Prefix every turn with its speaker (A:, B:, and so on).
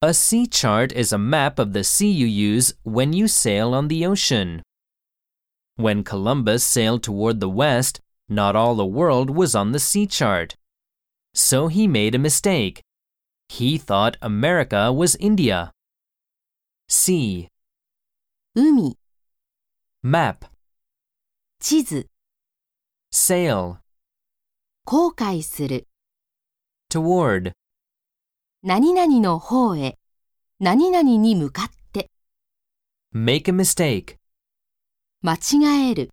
A: A sea chart is a map of the sea you use when you sail on the ocean. When Columbus sailed toward the west, not all the world was on the sea chart. So he made a mistake. He thought America was India. Sea,
B: 海、
A: map,
B: 地図、
A: sail,
B: 後悔する、
A: toward,
B: 何々の方へ、何々に向かって、
A: make a mistake.
B: 間違える。